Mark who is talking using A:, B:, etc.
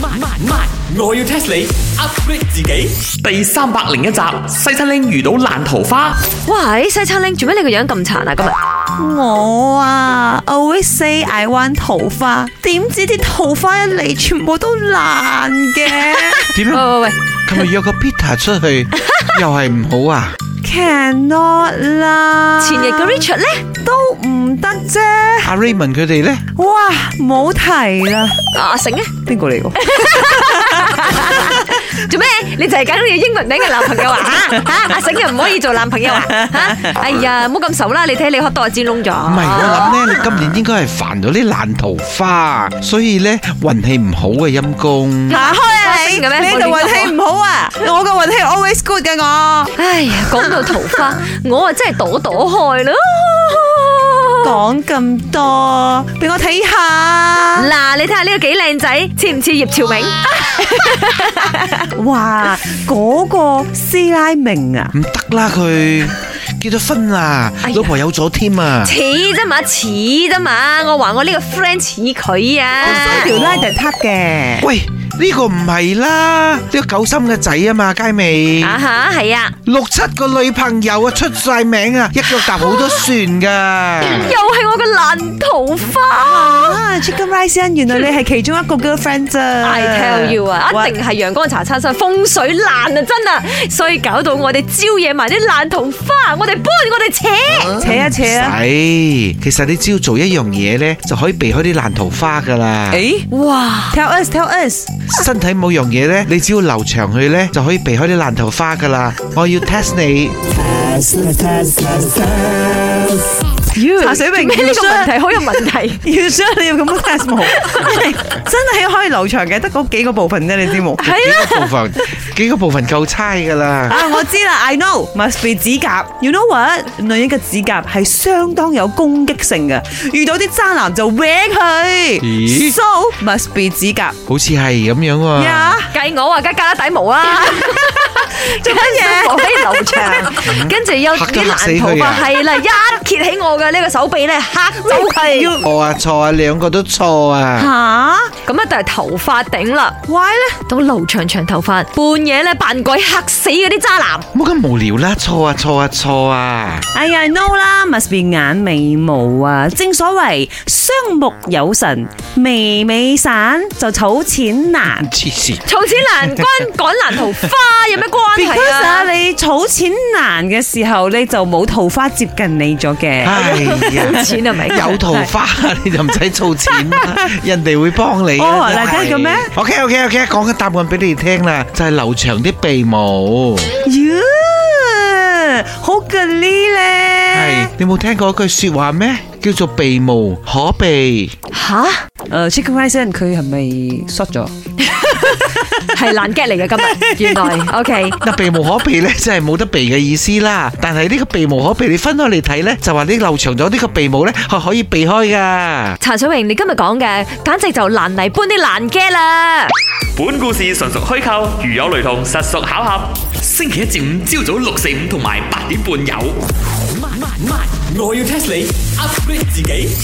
A: 慢慢，我要 test 你 upgrade 自己。第三百零一集，西餐拎遇到爛桃花。
B: 哇！西餐拎做咩你個樣咁殘啊？今日
C: 我啊，always say I want 桃花，點知啲桃花一嚟，全部都爛 嘅。
D: 點
B: 喂
C: 哦
D: 樣？
B: 哦喂喂，
D: 係咪約個 Peter 出去又係唔好啊？
C: Cannot 啦，
B: 前日嘅 Richard 咧
C: 都唔得啫。
D: 阿 Raymond 佢哋咧，
C: 哇，冇提啦，
B: 啊，阿成咧
C: 邊個 嚟㗎？
B: 做咩？你就係揀到你英文名嘅男朋友 啊？吓吓，阿成又唔可以做男朋友啊？吓，哎呀，唔好咁愁啦！你睇你可多煎窿
C: 哦
B: 咗。
D: 唔係我諗咧，你今年應該係煩咗啲爛桃花，所以咧運氣唔好嘅陰公。
C: 行開啊你！
B: 花生嘅咩
C: 你度
B: 我亂
C: 運氣唔好啊！我個運氣 always good 嘅我。
B: 哎呀，講到桃花， 我啊真係朵朵開啦。
C: 講咁多，俾我睇下。
B: 嗱，你睇下呢個幾靚仔，似唔似葉朝明？
D: 啊
C: 哇，嗰個師奶明啊！
D: 唔得啦，佢結咗婚啦
B: 哎，呀
D: 老婆有咗添啊！
B: 似啫嘛，似啫嘛，我話我呢個 friend 似佢啊。
C: 條拉就係嘅，
D: 喂，呢個唔係啦，呢個九心嘅仔啊嘛，佳美。
B: 啊哈，係啊，
D: 六七個女朋友啊，出晒名啊，一腳踏好多船噶。
B: 又係我嘅爛桃 花。
C: 啊，Chicken Ah, Rice 原來你係其中一個 girlfriend uh, 咋
B: I tell you uh, 啊，一定係陽光茶餐室風水爛啊，真啊，所以搞到我哋招惹埋啲爛桃花，我哋搬，我哋扯。
C: 扯一扯啊！
D: 係，其實你只要做一樣嘢咧，就可以避開啲爛桃花噶啦。
C: 誒
B: 哇，
C: Eh? ，tell us tell us，
D: 身體某樣嘢咧，你只要留長去咧，就可以避開啲爛桃花噶啦。我要 test 你，
C: 茶水明
B: 做咩呢個問題
C: 要
B: 好有問 題？
C: 要 share 你要咁樣 test 冇？真係可以留長嘅，得嗰幾個部分啫，你知冇？
D: 幾個部 分，幾個部分夠猜噶啦。
B: À,
C: 啊，我知啦，I know，must be 指甲。You know what？女人嘅指甲係相當有攻擊性嘅，遇到啲渣男就搲佢。
D: 咦
C: So must be 指甲
D: 好似係咁樣喎。
C: 呀！
B: 計我啊，梗係加底毛啊， 做乜嘢？我飛流長，跟住有啲爛桃花，係啦，一揭起我嘅呢個手臂咧，嚇走佢。
D: 錯啊錯啊，兩個都錯 啊。
C: 吓
B: 咁啊，就係頭髮頂啦，
C: ，why 咧？
B: 到留長長頭髮，半夜咧扮鬼嚇死嗰啲渣男。
D: 冇咁無聊啦，錯啊錯啊錯啊！
C: 哎呀，no 啦，must be 眼眉毛啊！正所謂雙目有神，眉尾散就儲錢難。
D: 黐線。
B: 儲錢難關趕爛桃花有咩關
C: Because
B: 係啊？
C: 啊，你儲錢難嘅時候，你就冇桃花接近你咗嘅。
D: 哎呀，
B: 錢
C: 啊
B: 係咪？
D: 有桃 花你就唔使儲錢啦，人哋會幫你㗎。
C: 哦嗱真係嘅咩
D: ？OK OK OK，講緊答案俾你聽啦，就係留長啲鼻毛。
C: 呀，好嘅呢
D: 係
C: 咧。，
D: 你冇聽過一句說話咩？叫做避無可避。
B: 吓，
C: 誒，Chicken Ờ, Rice 佢係咪 short 咗？
B: 係爛 get 嚟嘅今日，原來 OK。
D: 嗱，避無可避咧，即係冇得避嘅意思啦。但係呢個避無可避，你分開嚟睇咧，就話你留長咗呢個鼻毛咧，係可以避開噶。
B: 茶水榮，你今日講嘅簡直就爛泥搬啲爛 get 啦。
A: 本故事純屬虛構，如有雷同，實屬巧合。星期一至五朝早六四五同埋八點半有。我要 test 你 upgrade 自己。